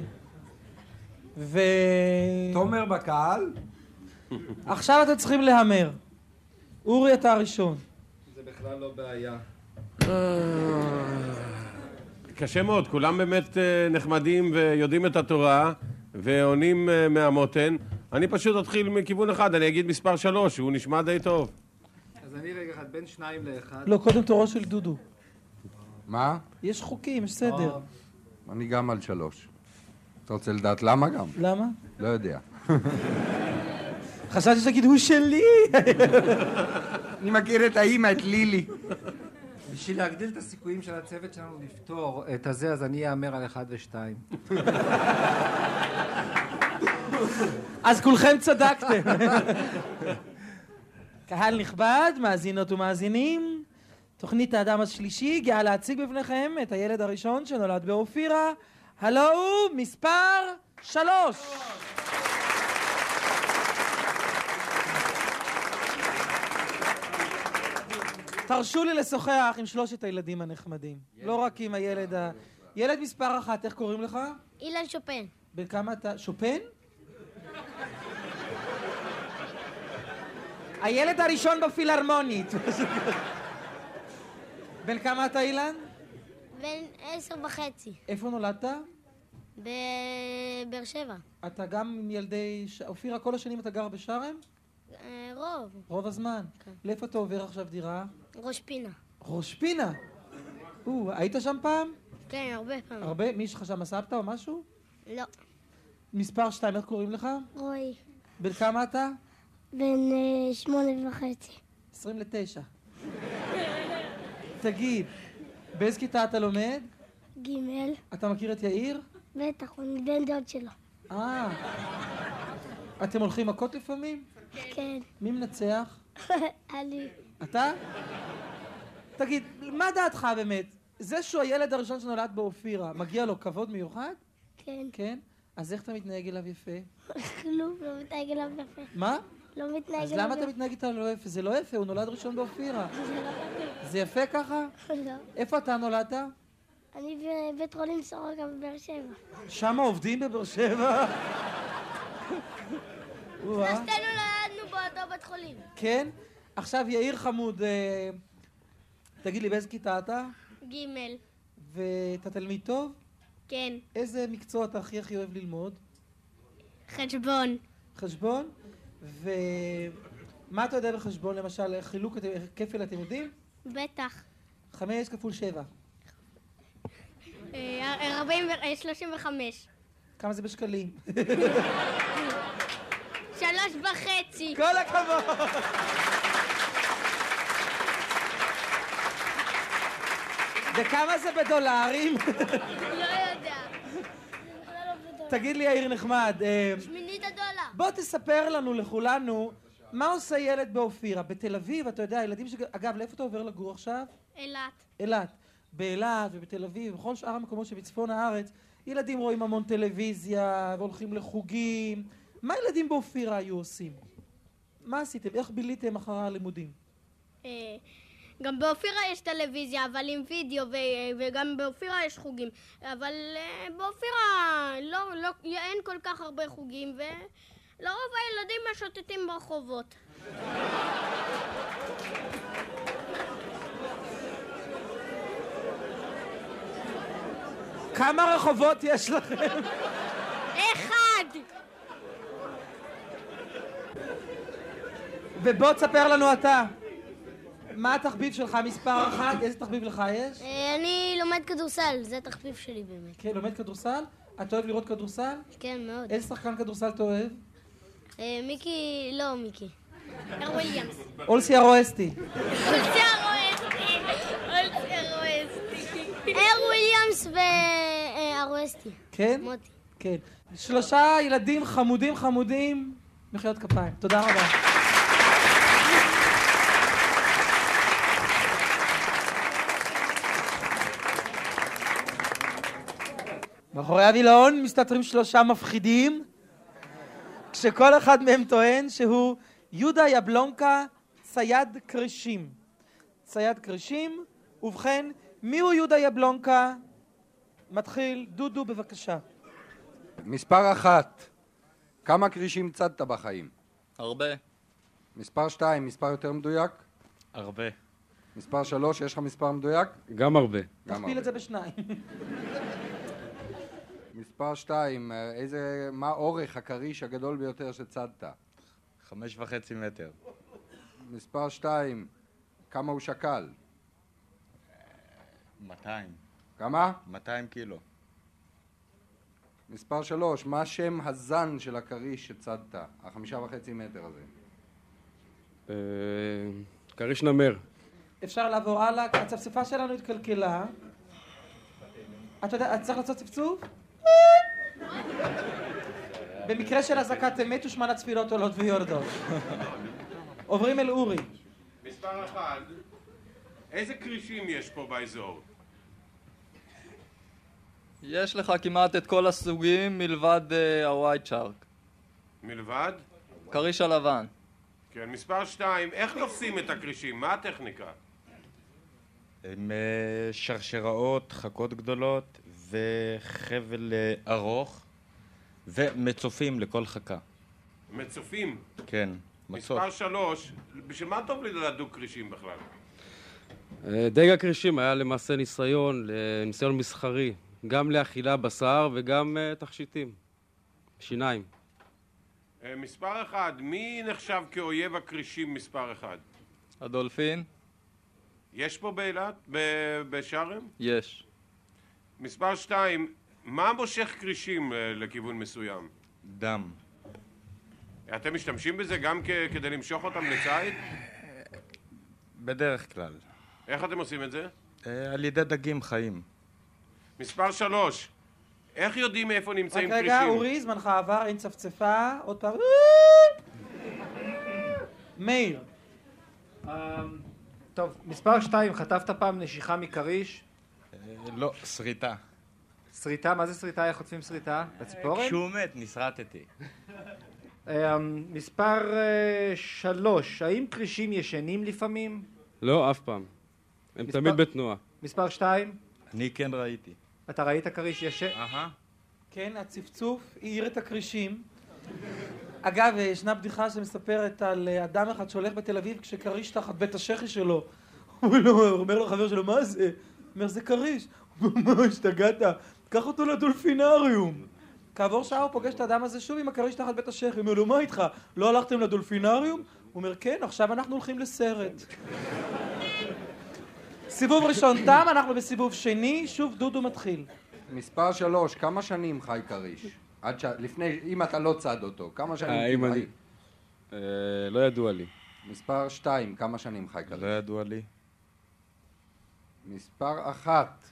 A: ו...
B: תומר בקהל?
A: עכשיו אתם צריכים להמר. אורי, אתה הראשון.
G: זה בכלל לא בעיה.
F: קשה מאוד, כולם באמת אה, נחמדים ויודעים את התורה ועונים אה, מהמותן. אני פשוט אתחיל מכיוון אחד, אני אגיד מספר שלוש, הוא נשמע די טוב.
G: אז אני רגע אחד, בין שניים לאחד.
A: לא, קודם תורו של דודו.
B: מה?
A: יש חוקים, יש סדר.
B: אני גם על שלוש. אתה רוצה לדעת למה גם?
A: למה?
B: לא יודע.
A: חשבתי שתגיד, הוא שלי!
B: אני מכיר את האימא, את לילי.
G: בשביל להגדיל את הסיכויים של הצוות שלנו לפתור את הזה, אז אני אהמר על אחד ושתיים.
A: אז כולכם צדקתם. קהל נכבד, מאזינות ומאזינים, תוכנית האדם השלישי גאה להציג בפניכם את הילד הראשון שנולד באופירה, הלו הוא מספר שלוש. תרשו לי לשוחח עם שלושת הילדים הנחמדים, לא רק עם הילד ה... ילד מספר אחת, איך קוראים לך?
H: אילן שופן.
A: בן כמה אתה? שופן? הילד הראשון בפילהרמונית. בן כמה אתה אילן?
H: בן עשר וחצי.
A: איפה נולדת?
H: בבאר שבע.
A: אתה גם עם ילדי... ש- אופירה, כל השנים אתה גר בשארם?
H: אה, רוב.
A: רוב הזמן. לאיפה אתה עובר עכשיו דירה?
H: ראש פינה.
A: ראש פינה. או, היית שם פעם?
H: כן, הרבה פעמים.
A: הרבה? מי שלך שם הסבתא או משהו?
H: לא.
A: מספר שתיים, איך קוראים לך?
H: רועי.
A: בן כמה אתה?
H: בן אה, שמונה וחצי.
A: 29. תגיד, באיזה כיתה אתה לומד?
H: ג'
A: אתה מכיר את יאיר?
H: בטח, הוא בן דוד שלו.
A: אה. אתם הולכים מכות לפעמים?
H: כן.
A: מי מנצח?
H: אני.
A: אתה? תגיד, מה דעתך באמת? זה שהוא הילד הראשון שנולד באופירה, מגיע לו כבוד מיוחד?
H: כן.
A: כן? אז איך אתה מתנהג אליו יפה?
H: כלום, לא מתנהג אליו יפה.
A: מה?
H: לא מתנהג
A: אז
H: אליו
A: למה אתה מתנהג איתו לא יפה? זה לא יפה, הוא נולד ראשון באופירה. זה יפה ככה?
H: לא.
A: איפה אתה נולדת?
H: אני בבית חולים סורוקה בבאר שבע.
A: שם עובדים בבאר שבע? וואה.
H: שלושתנו נולדנו באותו בית חולים.
A: כן? עכשיו יאיר חמוד, אה, תגיד לי, באיזה כיתה אתה?
H: ג'
A: ואתה תלמיד טוב?
H: כן.
A: איזה מקצוע אתה הכי הכי אוהב ללמוד?
H: חשבון.
A: חשבון? ומה אתה יודע בחשבון, למשל, חילוק, אתם- כפל אתם יודעים?
H: בטח.
A: חמש כפול שבע.
H: אה, ארבעים ו- אה, שלושים וחמש.
A: כמה זה בשקלים?
H: שלוש וחצי.
A: כל הכבוד! וכמה זה בדולרים?
H: לא יודע.
A: תגיד לי, יאיר נחמד, אה,
H: שמינית הדולר.
A: בוא תספר לנו, לכולנו, מה עושה ילד באופירה? בתל אביב, אתה יודע, ילדים ש... אגב, לאיפה אתה עובר לגור עכשיו?
H: אילת.
A: אילת. באילת ובתל אביב ובכל שאר המקומות שבצפון הארץ, ילדים רואים המון טלוויזיה והולכים לחוגים. מה ילדים באופירה היו עושים? מה עשיתם? איך ביליתם אחר הלימודים?
H: אה, גם באופירה יש טלוויזיה, אבל עם וידאו, ו- אה, וגם באופירה יש חוגים. אבל אה, באופירה לא, לא, אין כל כך הרבה חוגים, ולרוב הילדים משוטטים ברחובות.
A: כמה רחובות יש לכם?
H: אחד!
A: ובוא תספר לנו אתה. מה התחביב שלך מספר אחת? איזה תחביב לך יש?
H: אה, אני לומד כדורסל, זה התחביב שלי באמת.
A: כן, לומד כדורסל? אתה אוהב לראות כדורסל?
H: כן, מאוד.
A: איזה שחקן כדורסל אתה אוהב?
H: מיקי, לא מיקי. וויליאמס.
A: אולסיה רואסטי.
H: אר וויליאמס וארואסטי.
A: כן?
H: מוטי.
A: כן. שלושה ילדים חמודים חמודים, מחיאות כפיים. תודה רבה. מאחורי הווילון מסתתרים שלושה מפחידים, כשכל אחד מהם טוען שהוא יהודה יבלונקה צייד קרישים. צייד קרישים, ובכן, מיהו יהודה יבלונקה? מתחיל, דודו בבקשה.
B: מספר אחת, כמה כרישים צדת בחיים?
I: הרבה.
B: מספר שתיים, מספר יותר מדויק?
I: הרבה.
B: מספר שלוש, יש לך מספר מדויק?
J: גם הרבה.
B: גם
A: תכפיל
B: הרבה.
A: את זה בשניים.
B: מספר שתיים, אה, איזה, מה אורך הכריש הגדול ביותר שצדת?
I: חמש וחצי מטר.
B: מספר שתיים, כמה הוא שקל?
I: 200.
B: כמה?
I: 200 קילו.
B: מספר שלוש, מה שם הזן של הכריש שצדת? החמישה וחצי מטר הזה.
J: אה, כריש נמר.
A: אפשר לעבור הלאה, הצפצפה שלנו התקלקלה. אתה יודע, את צריך לעשות צפצוף? במקרה של אזעקת אמת ושמן הצפילות עולות ויורדות. עוברים אל אורי.
F: מספר אחד, איזה כרישים יש פה באזור?
I: יש לך כמעט את כל הסוגים מלבד אה, הווייט שרק.
F: מלבד?
I: כריש הלבן.
F: כן, מספר שתיים, איך תופסים את הכרישים? מה הטכניקה?
K: עם אה, שרשראות, חכות גדולות וחבל אה, ארוך ומצופים לכל חכה.
F: מצופים.
K: כן, מצוף.
F: מספר שלוש, בשביל מה טוב לי לדוג כרישים בכלל?
J: אה, דיג הכרישים היה למעשה ניסיון, אה, ניסיון מסחרי, גם לאכילה בשר וגם אה, תכשיטים, שיניים.
F: אה, מספר אחד, מי נחשב כאויב הכרישים מספר אחד?
I: הדולפין?
F: יש פה באילת? ב- בשארם?
I: יש.
F: מספר שתיים, מה מושך כרישים אה, לכיוון מסוים?
K: דם.
F: אתם משתמשים בזה גם כ- כדי למשוך אותם לציד?
K: בדרך כלל.
F: איך אתם עושים את זה?
K: אה, על ידי דגים חיים.
F: מספר שלוש, איך יודעים איפה
A: רק
F: נמצאים
A: רגע,
F: כרישים?
A: אורי, זמנך עבר, אין צפצפה, עוד פעם. מאיר,
G: אמ, טוב, מספר שתיים, חטפת פעם נשיכה מכריש?
K: אה, לא, שריטה.
G: שריטה, מה זה שריטה? איך חוטפים שריטה?
J: אה,
G: בציפורן?
K: כשהוא מת, נסרטתי.
G: אמ, מספר אה, שלוש, האם כרישים ישנים לפעמים?
J: לא, אף פעם. הם
G: מספר-
J: תמיד בתנועה.
G: מספר שתיים,
K: אני כן ראיתי. אה.
G: אתה ראית כריש ישן?
K: אהה.
A: כן, הצפצוף האיר את הכרישים. אגב, אה, ישנה בדיחה שמספרת על אה, אדם אחד שהולך בתל אביב כשכריש תחת בית השחי שלו. הוא לא- הוא אומר לחבר שלו, מה זה? הוא אומר, זה כריש. הוא אומר, מה, השתגעת? קח אותו לדולפינריום. כעבור שעה הוא פוגש את האדם הזה שוב עם הכריש תחת בית השחי. הוא אומר לו, מה איתך? לא הלכתם לדולפינריום? הוא אומר, כן, עכשיו אנחנו הולכים לסרט. סיבוב ראשון תם, אנחנו בסיבוב שני, שוב דודו מתחיל.
B: מספר שלוש, כמה שנים חי כריש? עד ש... לפני, אם אתה לא צד אותו, כמה
J: אה,
B: שנים
J: אם
B: חי?
J: אני- אה, לא ידוע לי.
B: מספר שתיים, כמה שנים חי כריש?
K: לא ידוע לי.
B: מספר אחת,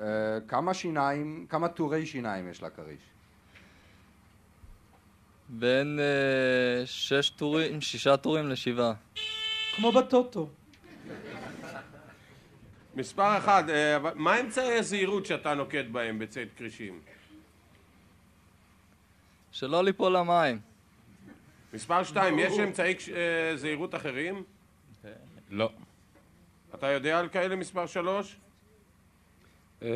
B: אה, כמה שיניים, כמה טורי שיניים יש לכריש?
I: בין אה, שש טורים, שישה טורים לשבעה.
A: כמו בטוטו.
F: מספר אחד, אה, אבל מה אמצעי הזהירות שאתה נוקט בהם בציד כרישים?
I: שלא ליפול למים.
F: מספר שתיים, יש אמצעי כש- אה, זהירות אחרים?
K: לא.
F: אתה יודע על כאלה מספר שלוש?
J: אה,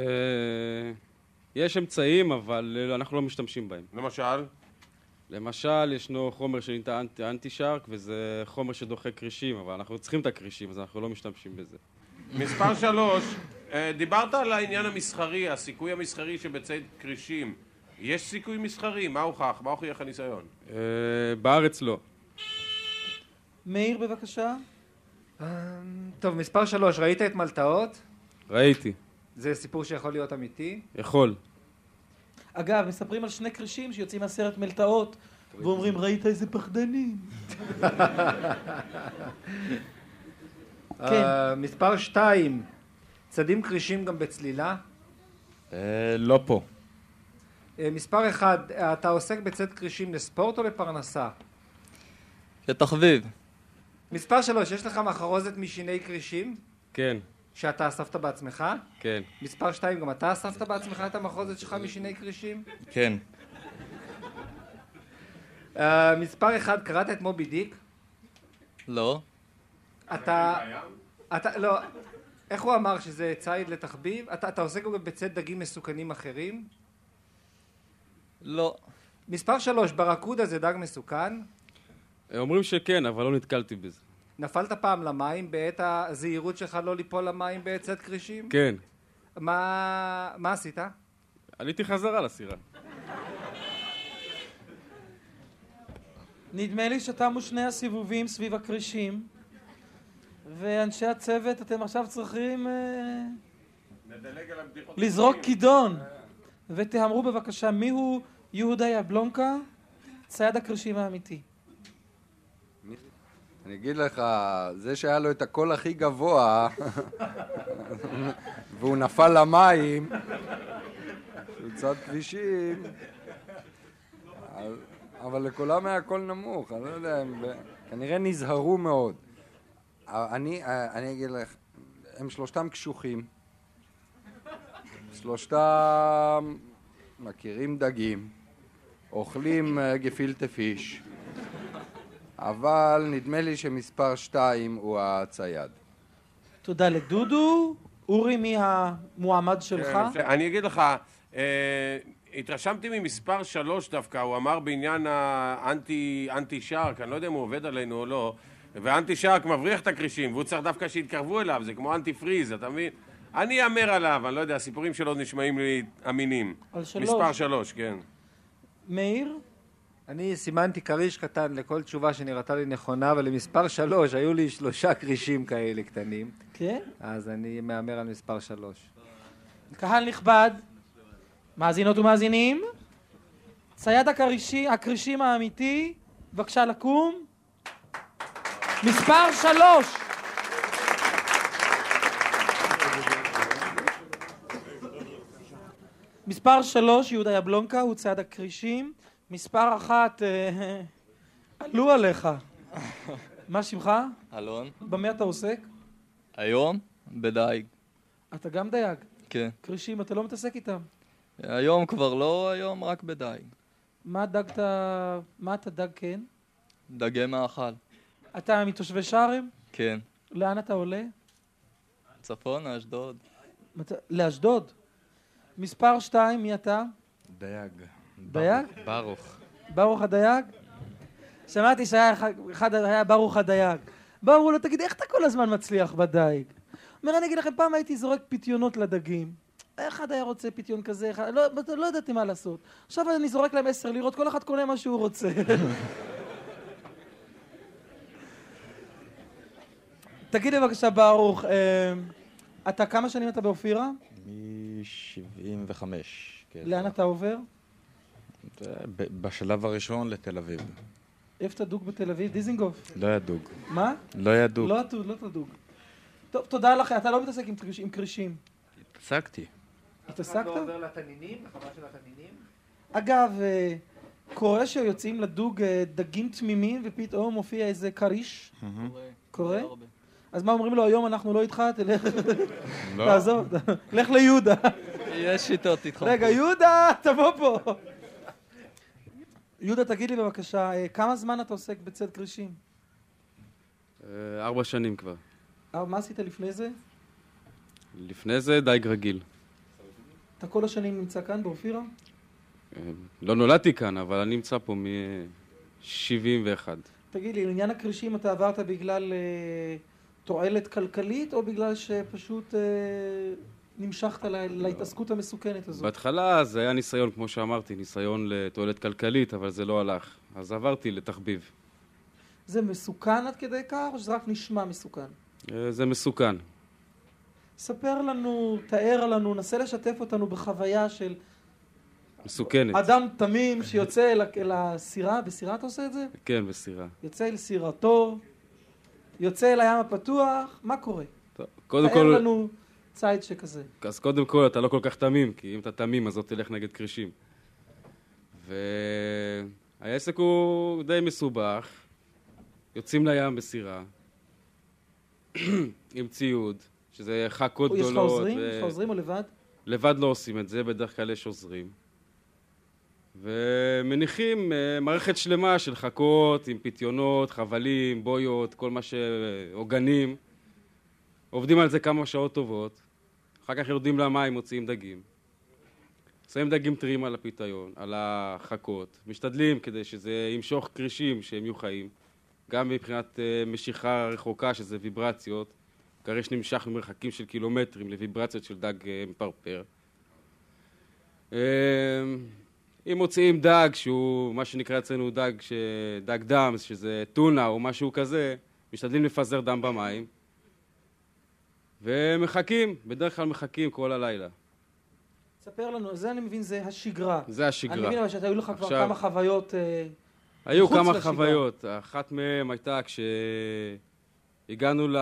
J: יש אמצעים, אבל אה, אנחנו לא משתמשים בהם.
F: למשל?
J: למשל, ישנו חומר שנקרא אנטי- אנטי שרק, וזה חומר שדוחה כרישים, אבל אנחנו צריכים את הכרישים, אז אנחנו לא משתמשים בזה.
F: מספר שלוש, אה, דיברת על העניין המסחרי, הסיכוי המסחרי שבציד כרישים. יש סיכוי מסחרי, מה הוכח? מה הוכיח הניסיון?
J: אה, בארץ לא.
A: מאיר בבקשה.
G: אמ, טוב, מספר שלוש, ראית את מלטעות?
J: ראיתי.
G: זה סיפור שיכול להיות אמיתי.
J: יכול.
A: אגב, מספרים על שני כרישים שיוצאים מהסרט מלטעות ואומרים ראית איזה פחדנים. כן.
G: אה, מספר שתיים, צדים כרישים גם בצלילה.
K: אה, לא פה.
G: אה, מספר אחד, אתה עוסק בצד כרישים לספורט או לפרנסה?
I: כתחביב.
G: מספר שלוש, יש לך מחרוזת משיני כרישים
J: כן,
G: שאתה אספת בעצמך?
J: כן.
G: מספר שתיים, גם אתה אספת בעצמך את המחרוזת שלך משיני כרישים?
K: כן.
G: אה, מספר אחד, קראת את מובי דיק?
I: לא.
G: אתה... אתה... לא. איך הוא אמר שזה ציד לתחביב? אתה, אתה עוסק גם בציד דגים מסוכנים אחרים?
I: לא.
G: מספר שלוש, ברקודה זה דג מסוכן?
J: אומרים שכן, אבל לא נתקלתי בזה.
G: נפלת פעם למים בעת הזהירות שלך לא ליפול למים בעת צד כרישים?
J: כן.
G: מה, מה עשית?
J: עליתי חזרה לסירה.
A: נדמה לי שתמו שני הסיבובים סביב הכרישים, ואנשי הצוות, אתם עכשיו צריכים אה,
F: נדלג על הבדיחות. אה.
A: לזרוק כידון. ותאמרו בבקשה, מיהו יהודה יבלונקה, צייד הכרישים האמיתי?
B: אני אגיד לך, זה שהיה לו את הקול הכי גבוה, והוא נפל למים, שהוא צד כבישים, אז- אבל לכולם היה קול נמוך, אני לא יודע, הם ב- כנראה נזהרו מאוד. אה, אני, אה, אני אגיד לך, הם שלושתם קשוחים, שלושתם מכירים דגים, אוכלים אה, גפילטע פיש. אבל נדמה לי שמספר שתיים הוא הצייד.
A: תודה לדודו. אורי, מי המועמד שלך?
F: כן, אפשר- אני אגיד לך, אה, התרשמתי ממספר שלוש דווקא, הוא אמר בעניין האנטי אנטי שרק, אני לא יודע אם הוא עובד עלינו או לא, ואנטי שרק מבריח את הכרישים, והוא צריך דווקא שיתקרבו אליו, זה כמו אנטי פריז, אתה מבין? אני אאמר עליו, אני לא יודע, הסיפורים שלו נשמעים לי אמינים.
A: על שלוש.
F: מספר שלוש, כן.
A: מאיר?
G: אני סימנתי כריש קטן לכל תשובה שנראתה לי נכונה, ולמספר שלוש היו לי שלושה כרישים כאלה קטנים.
A: כן?
G: אז אני מהמר על מספר שלוש.
A: קהל נכבד, מאזינות ומאזינים, צייד הכרישי, הכרישים האמיתי, בבקשה לקום. מספר שלוש! מספר שלוש, יהודה יבלונקה, הוא צייד הכרישים. מספר אחת, אה, עלו עליך. מה שמך?
I: אלון,
A: במה אתה עוסק?
I: היום? בדייג,
A: אתה גם דייג.
I: כן.
A: כרישים, אתה לא מתעסק איתם.
I: היום כבר לא, היום רק בדייג.
A: מה דגת, מה אתה דג כן?
I: דגי מאכל,
A: אתה מתושבי שערים?
I: כן.
A: לאן אתה עולה?
I: צפונה, אשדוד.
A: מת- לאשדוד. מספר שתיים, מי אתה?
K: דייג.
A: דייג?
K: ברוך.
A: ברוך הדייג? שמעתי שהיה אחד- אחד, היה ברוך הדייג. באו אמרו לו, תגיד, איך אתה כל הזמן מצליח בדייג? אומר, אני אגיד לכם, פעם הייתי זורק פיתיונות לדגים. אחד היה רוצה פיתיון כזה, אחד, לא, לא ידעתי מה לעשות. עכשיו אני זורק להם עשר לירות, כל אחד קונה מה שהוא רוצה. תגיד לי בבקשה, ברוך, אה, אתה כמה שנים אתה באופירה?
K: מ-75. כן.
A: לאן אתה עובר?
K: זה ב- בשלב הראשון לתל אביב.
A: איפה אתה דוג בתל אביב? דיזינגוף.
K: לא ידוג.
A: מה?
K: לא ידוג.
A: לא תדוג, לא תדוג. טוב, תודה לך, אתה לא מתעסק עם כריש- עם כרישים.
K: הפסקתי.
A: התעסקת?
G: לא עובר לתנינים? לחווה של התנינים?
A: אגב, אה, קורה שיוצאים לדוג אה, דגים תמימים ופתאום מופיע איזה כריש? קורה? אז מה אומרים לו, היום אנחנו לא איתך, תלך,
K: לא.
A: תעזוב, לך ליהודה.
I: יש שיטות התחמקות.
A: רגע, יהודה, תבוא פה. יהודה, תגיד לי בבקשה, אה, כמה זמן אתה עוסק בצד כרישים?
J: אה, ארבע שנים כבר.
A: אה, מה עשית לפני זה?
J: לפני זה דייג רגיל.
A: אתה כל השנים נמצא כאן באופירה?
J: אה, לא נולדתי כאן, אבל אני נמצא פה מ-71.
A: תגיד לי, לעניין הכרישים אתה עברת בגלל אה, תועלת כלכלית, או בגלל שפשוט אה, נמשכת לה, להתעסקות המסוכנת הזאת?
J: בהתחלה זה היה ניסיון, כמו שאמרתי, ניסיון לתועלת כלכלית, אבל זה לא הלך. אז עברתי לתחביב.
A: זה מסוכן עד כדי כך, או שזה רק נשמע מסוכן?
J: אה, זה מסוכן.
A: ספר לנו, תאר לנו, נסה לשתף אותנו בחוויה של
J: מסוכנת.
A: אדם תמים שיוצא אל, ה- אל הסירה, בסירה אתה עושה את זה?
J: כן, בסירה.
A: יוצא אל סירתו, יוצא אל הים הפתוח, מה קורה?
J: טוב, קודם
A: תאר
J: כל,
A: לנו ציד שכזה.
J: אז קודם כל אתה לא כל כך תמים, כי אם אתה תמים אז לא תלך נגד כרישים. והעסק הוא די מסובך, יוצאים לים בסירה, עם ציוד, שזה חכות
A: או, יש
J: גדולות.
A: לך עוזרים?
J: ו-
A: יש לך עוזרים או לבד?
J: לבד לא עושים את זה, בדרך כלל יש עוזרים. ומניחים אה, מערכת שלמה של חכות עם פיתיונות, חבלים, בויות, כל מה ש... עוגנים. עובדים על זה כמה שעות טובות, אחר כך יורדים למים, מוציאים דגים. שמים דגים טריים על הפיתיון, על החכות, משתדלים כדי שזה ימשוך כרישים שהם יהיו חיים, גם מבחינת אה, משיכה רחוקה, שזה ויברציות, כריש נמשך ממרחקים של קילומטרים לוויברציות של דג אה, מפרפר. אה, אם מוציאים דג שהוא, מה שנקרא אצלנו דג, ש... דג דם, שזה טונה או משהו כזה, משתדלים לפזר דם במים, ומחכים, בדרך כלל מחכים כל הלילה.
A: ספר לנו, זה אני מבין, זה השגרה.
J: זה השגרה.
A: אני מבין אבל שהיו לך כבר
J: עכשיו-
A: כמה חוויות... אה,
J: היו
A: מחוץ
J: כמה
A: לשגרה.
J: חוויות, אחת מהן הייתה כשהגענו ל...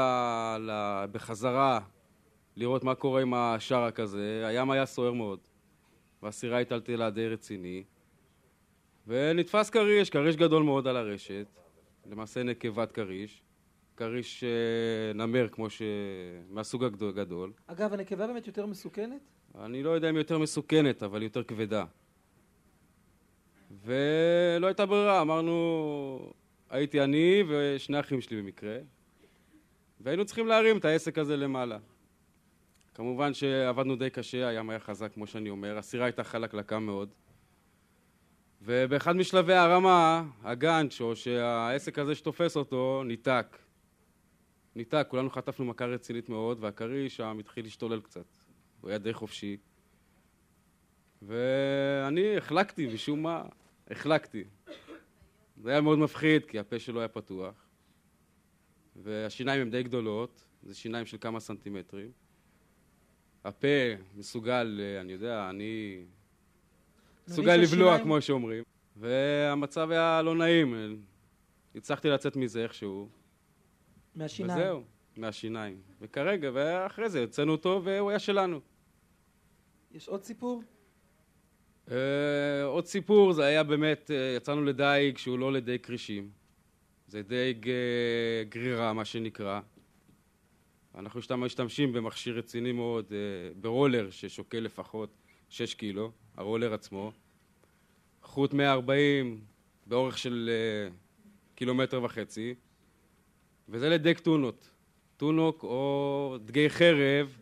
J: ל... בחזרה לראות מה קורה עם השער הכזה, הים היה סוער מאוד, והסירה היטלטלה די רציני, ונתפס כריש, כריש גדול מאוד על הרשת, למעשה נקבת כריש, כריש אה, נמר כמו ש... מהסוג הגדול, גדול.
A: אגב, הנקבה באמת יותר מסוכנת?
J: אני לא יודע אם היא יותר מסוכנת, אבל היא יותר כבדה. ולא הייתה ברירה, אמרנו, הייתי אני ושני אחים שלי במקרה, והיינו צריכים להרים את העסק הזה למעלה. כמובן שעבדנו די קשה, הים היה חזק, כמו שאני אומר, הסירה הייתה חלקלקה מאוד. ובאחד משלבי הרמה, הגאנץ', או שהעסק הזה שתופס אותו, ניתק. ניתק, כולנו חטפנו מכה רצינית מאוד, והכריש שם התחיל להשתולל קצת. הוא היה די חופשי. ואני החלקתי, משום מה, החלקתי. זה היה מאוד מפחיד, כי הפה שלו היה פתוח, והשיניים הן די גדולות, זה שיניים של כמה סנטימטרים. הפה מסוגל, אה, אני יודע, אני... מסוגל
K: אני
J: לבלוע,
K: שהשיניים-
J: כמו שאומרים. והמצב היה לא נעים, אה, הצלחתי לצאת מזה איכשהו.
A: מהשיניים.
J: וזהו, מהשיניים. וכרגע, ואחרי זה הוצאנו אותו, והוא היה שלנו.
A: יש עוד סיפור?
J: Uh, עוד סיפור, זה היה באמת, uh, יצאנו לדייג שהוא לא לדייג כרישים. זה דייג uh, גרירה, מה שנקרא. אנחנו שתם, משתמשים במכשיר רציני מאוד, uh, ברולר ששוקל לפחות 6 קילו, הרולר עצמו. חוט 140 באורך של uh, קילומטר וחצי. וזה לדייג טונות. טונוק או דגי חרב,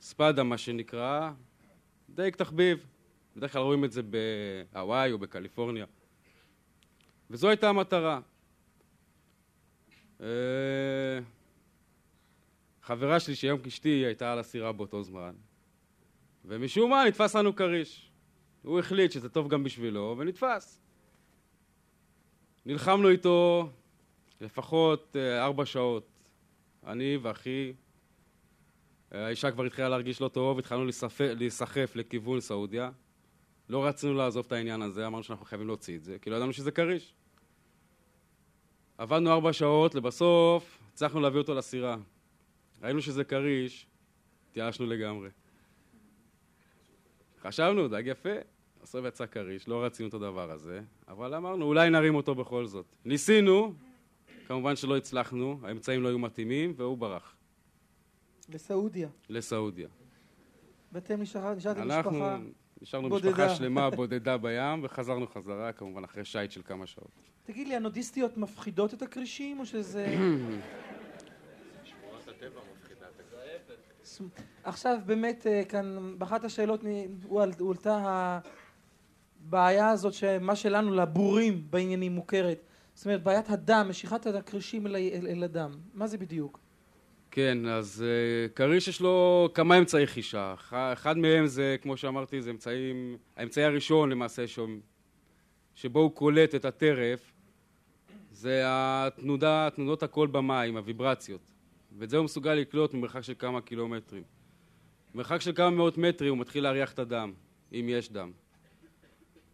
J: ספדה מה שנקרא, דייג תחביב. בדרך כלל רואים את זה בהוואי או בקליפורניה. וזו הייתה המטרה. אה, חברה שלי שהיום אשתי היא הייתה על הסירה באותו זמן, ומשום מה נתפס לנו כריש. הוא החליט שזה טוב גם בשבילו, ונתפס. נלחמנו איתו לפחות אה, ארבע שעות, אני ואחי. אה, האישה כבר התחילה להרגיש לא טוב, התחלנו להיספ- להיסחף לכיוון סעודיה. לא רצינו לעזוב את העניין הזה, אמרנו שאנחנו חייבים להוציא את זה, כי לא ידענו שזה כריש. עבדנו ארבע שעות, לבסוף הצלחנו להביא אותו לסירה. ראינו שזה כריש, התייאשנו לגמרי. חשבנו, דג יפה, בסוף יצא כריש, לא רצינו את הדבר הזה, אבל אמרנו, אולי נרים אותו בכל זאת. ניסינו, כמובן שלא הצלחנו, האמצעים לא היו מתאימים, והוא ברח
A: לסעודיה.
J: לסעודיה.
A: ואתם נשאר- נשארתם
J: אנחנו
A: משפחה
J: נשארנו
A: בודדה.
J: משפחה שלמה בודדה בים, וחזרנו חזרה, כמובן, אחרי שיט של כמה שעות.
A: תגיד לי, הנודיסטיות מפחידות את הכרישים, או שזה... עכשיו באמת, אה, כאן, באחת השאלות נ- הועל- הועלתה הבעיה הזאת, שמה שלנו, לבורים בעניינים, מוכרת. זאת אומרת, בעיית הדם, משיכת הכרישים אל, ה- אל, אל הדם. מה זה בדיוק?
J: כן, אז אה, כריש יש לו כמה אמצעי חישה. אח- אחד מהם זה, כמו שאמרתי, זה אמצעים, האמצעי הראשון למעשה, ש... שבו הוא קולט את הטרף, זה התנודה, תנודות הקול במים, הוויברציות. ואת זה הוא מסוגל לקלוט ממרחק של כמה קילומטרים. מרחק של כמה מאות מטרים הוא מתחיל להריח את הדם, אם יש דם.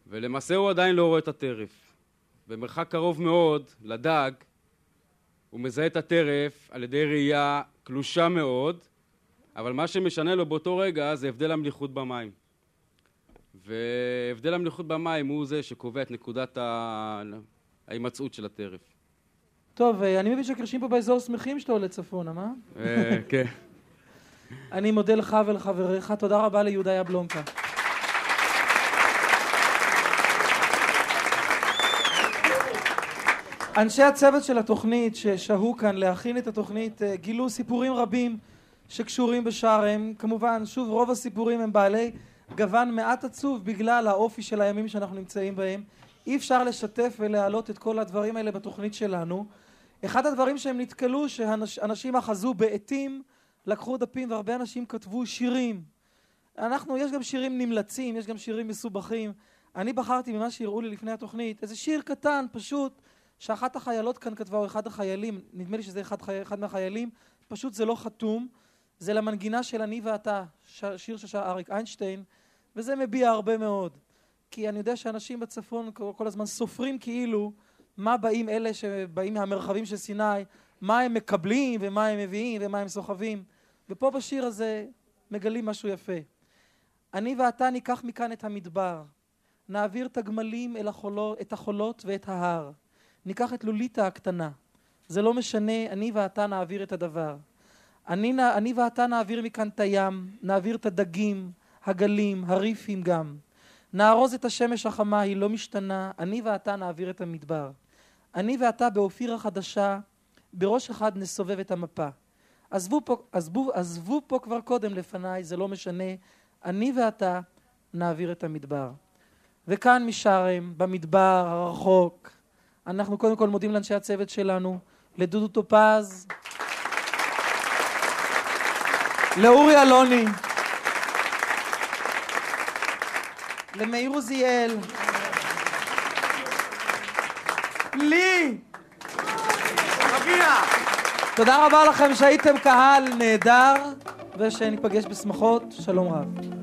J: ולמעשה הוא עדיין לא רואה את הטרף. במרחק קרוב מאוד לדג, הוא מזהה את הטרף על ידי ראייה קלושה מאוד, אבל מה שמשנה לו באותו רגע זה הבדל המליחות במים. והבדל המליחות במים הוא זה שקובע את נקודת ה... ההימצאות של הטרף.
A: טוב, אה, אני מבין שהכרישים פה באזור שמחים שאתה עולה צפונה, מה?
J: אה, כן.
A: אני מודה לך ולחבריך, תודה רבה ליהודה יבלונקה. אנשי הצוות של התוכנית ששהו כאן להכין את התוכנית אה, גילו סיפורים רבים שקשורים בשארם. כמובן, שוב, רוב הסיפורים הם בעלי גוון מעט עצוב בגלל האופי של הימים שאנחנו נמצאים בהם. אי אפשר לשתף ולהעלות את כל הדברים האלה בתוכנית שלנו. אחד הדברים שהם נתקלו, שאנשים אחזו בעטים, לקחו דפים והרבה אנשים כתבו שירים. אנחנו, יש גם שירים נמלצים, יש גם שירים מסובכים. אני בחרתי ממה שהראו לי לפני התוכנית איזה שיר קטן, פשוט, שאחת החיילות כאן כתבה, או אחד החיילים, נדמה לי שזה אחד, חי... אחד מהחיילים, פשוט זה לא חתום, זה למנגינה של אני ואתה, ש... שיר ששר אריק איינשטיין, וזה מביע הרבה מאוד. כי אני יודע שאנשים בצפון כל כל הזמן סופרים כאילו מה באים אלה שבאים מהמרחבים של סיני, מה הם מקבלים ומה הם מביאים ומה הם סוחבים. ופה בשיר הזה מגלים משהו יפה. אני ואתה ניקח מכאן את המדבר, נעביר את הגמלים אל החולות, את החולות ואת ההר. ניקח את לוליטה הקטנה. זה לא משנה, אני ואתה נעביר את הדבר. אני, נע- אני ואתה נעביר מכאן את הים, נעביר את הדגים, הגלים, הריפים גם. נארוז את השמש החמה, היא לא משתנה, אני ואתה נעביר את המדבר. אני ואתה באופיר החדשה, בראש אחד נסובב את המפה. עזבו פה, עזבו, עזבו פה כבר קודם לפניי, זה לא משנה, אני ואתה נעביר את המדבר. וכאן משארם, במדבר הרחוק, אנחנו קודם כל מודים לאנשי הצוות שלנו, לדודו טופז, לאורי אלוני, למאיר עוזיאל, לי! תודה רבה לכם שהייתם קהל נהדר, ושניפגש בשמחות. שלום רב.